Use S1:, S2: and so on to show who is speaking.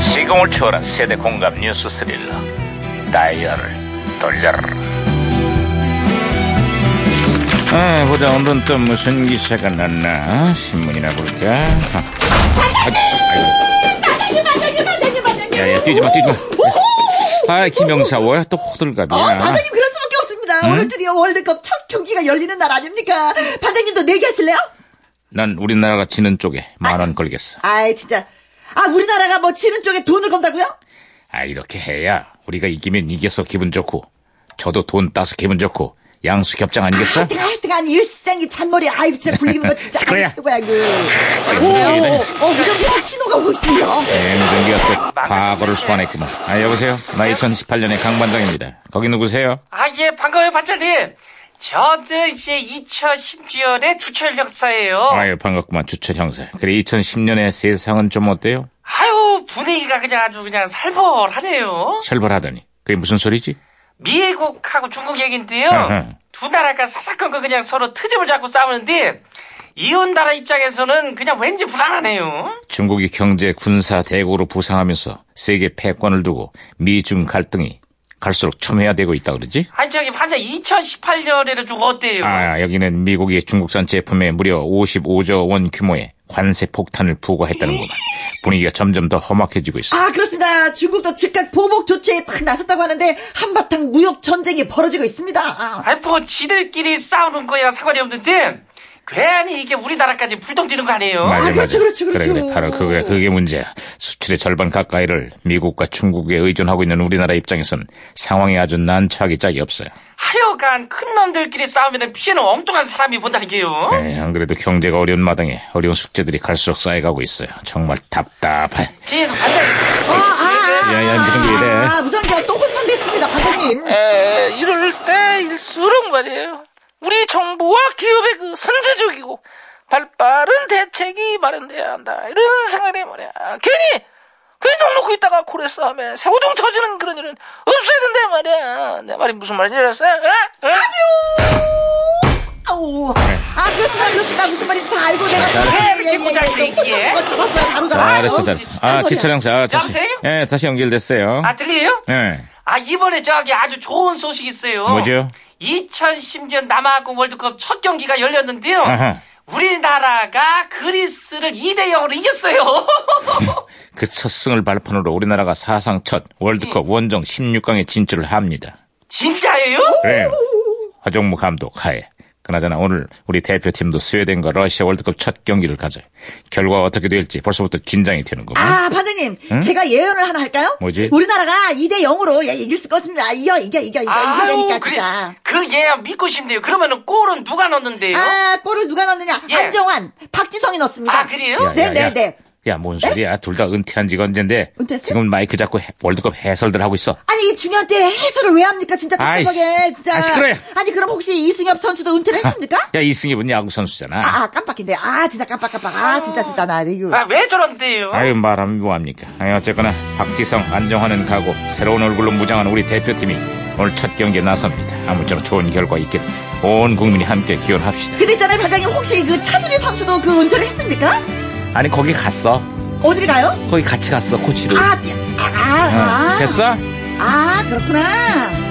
S1: 시공을 초월한 세대 공감 뉴스 스릴러 다이얼을 돌려라 아, 보자 오늘은 또 무슨 기사가 났나 신문이나 볼까 아,
S2: 반장님, 반장님, 반장님.
S1: 야야 뛰지마 뛰지마 아 김영사 뭐야 또
S2: 어,
S1: 호들갑이야
S2: 반장님 그럴 수밖에 없습니다. 오늘 드디어 월드컵 첫 경기가 열리는 날 아닙니까? 반장님도 내기하실래요?
S1: 난 우리나라가 지는 쪽에 만 원 걸겠어
S2: 아이 진짜. 아 우리나라가 뭐 지는 쪽에 돈을 건다고요?
S1: 아 이렇게 해야 우리가 이기면 이겨서 기분 좋고 저도 돈 따서 기분 좋고 양수 겹장 아니겠어?
S2: 하여튼 하여튼 아니 일생이 잔머리 아이고 진짜 굴리는 거 진짜
S1: 시끄러워.
S2: 아이 최고야 이거. 오,
S1: 무전기다.
S2: 어, 무전기에서 신호가 오고 있습니다.
S1: 행정기가 또 과거를 소환했구만. 아, 여보세요? 나 2018년의 강반장입니다. 거기 누구세요?
S3: 아, 예, 반가워요, 반장님. 저도 이제 2010년에 주철 역사예요.
S1: 아유, 반갑구만. 주철 형사. 그래, 2010년의 세상은 좀 어때요?
S3: 아유, 분위기가 그냥 아주 그냥 살벌하네요.
S1: 철벌하더니. 그게 무슨 소리지?
S3: 미국하고 중국 얘기인데요.
S1: 아하.
S3: 두 나라가 사사건건 그냥 서로 트집을 잡고 싸우는데, 이웃 나라 입장에서는 그냥 왠지 불안하네요.
S1: 중국이 경제, 군사, 대국으로 부상하면서 세계 패권을 두고 미중 갈등이 갈수록 첨예화되고 있다 그러지?
S3: 아니, 저기, 반장 2018년에는 좀 어때요?
S1: 아, 여기는 미국이 중국산 제품에 무려 55조 원 규모의 관세 폭탄을 부과했다는구만. 분위기가 점점 더 험악해지고 있어.
S2: 아 그렇습니다. 중국도 즉각 보복 조치에 딱 나섰다고 하는데 한바탕 무역 전쟁이 벌어지고 있습니다. 아,
S3: 아니, 뭐, 지들끼리 싸우는 거야 상관이 없는데, 괜히 이게 우리나라까지 불똥 튀는 거 아니에요?
S1: 맞아,
S2: 아,
S1: 맞아.
S2: 그렇죠, 그렇죠, 그렇죠.
S1: 그래, 그래. 바로 그게, 그게 문제야. 수출의 절반 가까이를 미국과 중국에 의존하고 있는 우리나라 입장에선 상황이 아주 난처하기 짝이 없어요.
S3: 하여간 큰 놈들끼리 싸우면 피해는 엉뚱한 사람이 본다는 게요.
S1: 네, 안 그래도 경제가 어려운 마당에 어려운 숙제들이 갈수록 쌓여가고 있어요. 정말 답답해.
S3: 계속 반대.
S2: 아, 아,
S1: 야, 야, 예, 무전기 네. 왜 이래?
S2: 아 무전기가 또 혼선됐습니다, 반장님.
S4: 에, 예, 이럴 때일수록 말이에요. 우리 정부와 기업의 그 선제적이고 발빠른 대책이 마련돼야 한다. 이런 생각이 말이야. 괜히 괜히 돈 놓고 있다가 고래 싸움에 새우동 터지는 그런 일은 없어야 된다 말이야. 내 말이 무슨 말인지 예? 알았어? 에? 에?
S2: 아우.
S1: 네.
S2: 아, 그렇습니다, 그렇습니다. 무슨 말인지 다 알고 내가
S1: 잘했어.
S2: 예, 예, 예,
S3: 친구 잘
S2: 예,
S3: 얘기해.
S2: 혼자 그거 잡았어요, 바로 잡았어요.
S1: 잘했어, 잘했어. 아, 기철 형사, 아, 다시.
S3: 여보세요?
S1: 예, 다시 연결됐어요.
S3: 아 들려요?
S1: 예.
S3: 아 이번에 저기 아주 좋은 소식 있어요.
S1: 뭐죠?
S3: 2010년 남아공 월드컵 첫 경기가 열렸는데요.
S1: 아하.
S3: 우리나라가 그리스를 2대 0으로 이겼어요.
S1: 그 첫 승을 발판으로 우리나라가 사상 첫
S3: 예.
S1: 월드컵 원정 16강에 진출을 합니다.
S3: 진짜예요?
S1: 그래요. 허정무 감독 하에. 그나저나 오늘 우리 대표팀도 스웨덴과 러시아 월드컵 첫 경기를 가져. 결과가 어떻게 될지 벌써부터 긴장이 되는 거군.
S2: 아, 반장님, 제가 예언을 하나 할까요?
S1: 뭐지?
S2: 우리나라가 2대 0으로 예, 이길 수 있습니다. 이겨, 이겨, 이겨, 이겨, 이긴다니까,
S3: 그리-
S2: 진짜.
S3: 그 예언 믿고 싶네요. 그러면은 골은 누가 넣었는데요?
S2: 아, 골을 누가 넣느냐?
S3: 예.
S2: 한정환, 박지성이 넣습니다.
S3: 아, 그래요?
S1: 야, 야,
S2: 네,
S1: 야.
S2: 네, 네.
S1: 야, 뭔 소리야? 둘 다 은퇴한 지가 언젠데.
S2: 은퇴했어?
S1: 지금 마이크 잡고 해- 월드컵 해설들 하고 있어.
S2: 아니, 이 중요한 때 해설을 왜 합니까? 진짜
S1: 아이씨.
S2: 답답하게, 진짜.
S1: 아, 시끄러워.
S2: 아니, 그럼 혹시 이승엽 선수도 은퇴를 했습니까?
S1: 야, 이승엽은 야구 선수잖아.
S2: 아, 아, 깜빡인데. 아, 진짜 깜빡깜빡. 아, 진짜, 진짜, 나, 이거.
S3: 아 왜 저런데요?
S1: 아유 말하면 뭐합니까 아유 어쨌거나 박지성 안정환은 가고 새로운 얼굴로 무장한 우리 대표팀이 오늘 첫 경기에 나섭니다 아무쪼록 좋은 결과 있길 온 국민이 함께 기원합시다
S2: 근데 있잖아요, 반장님, 혹시 그 차두리 선수도 그 은퇴를 했습니까?
S1: 아니 거기 갔어
S2: 어딜 가요?
S1: 거기 같이 갔어 코치로
S2: 아, 띠- 아, 아, 아,
S1: 네, 됐어?
S2: 아, 그렇구나.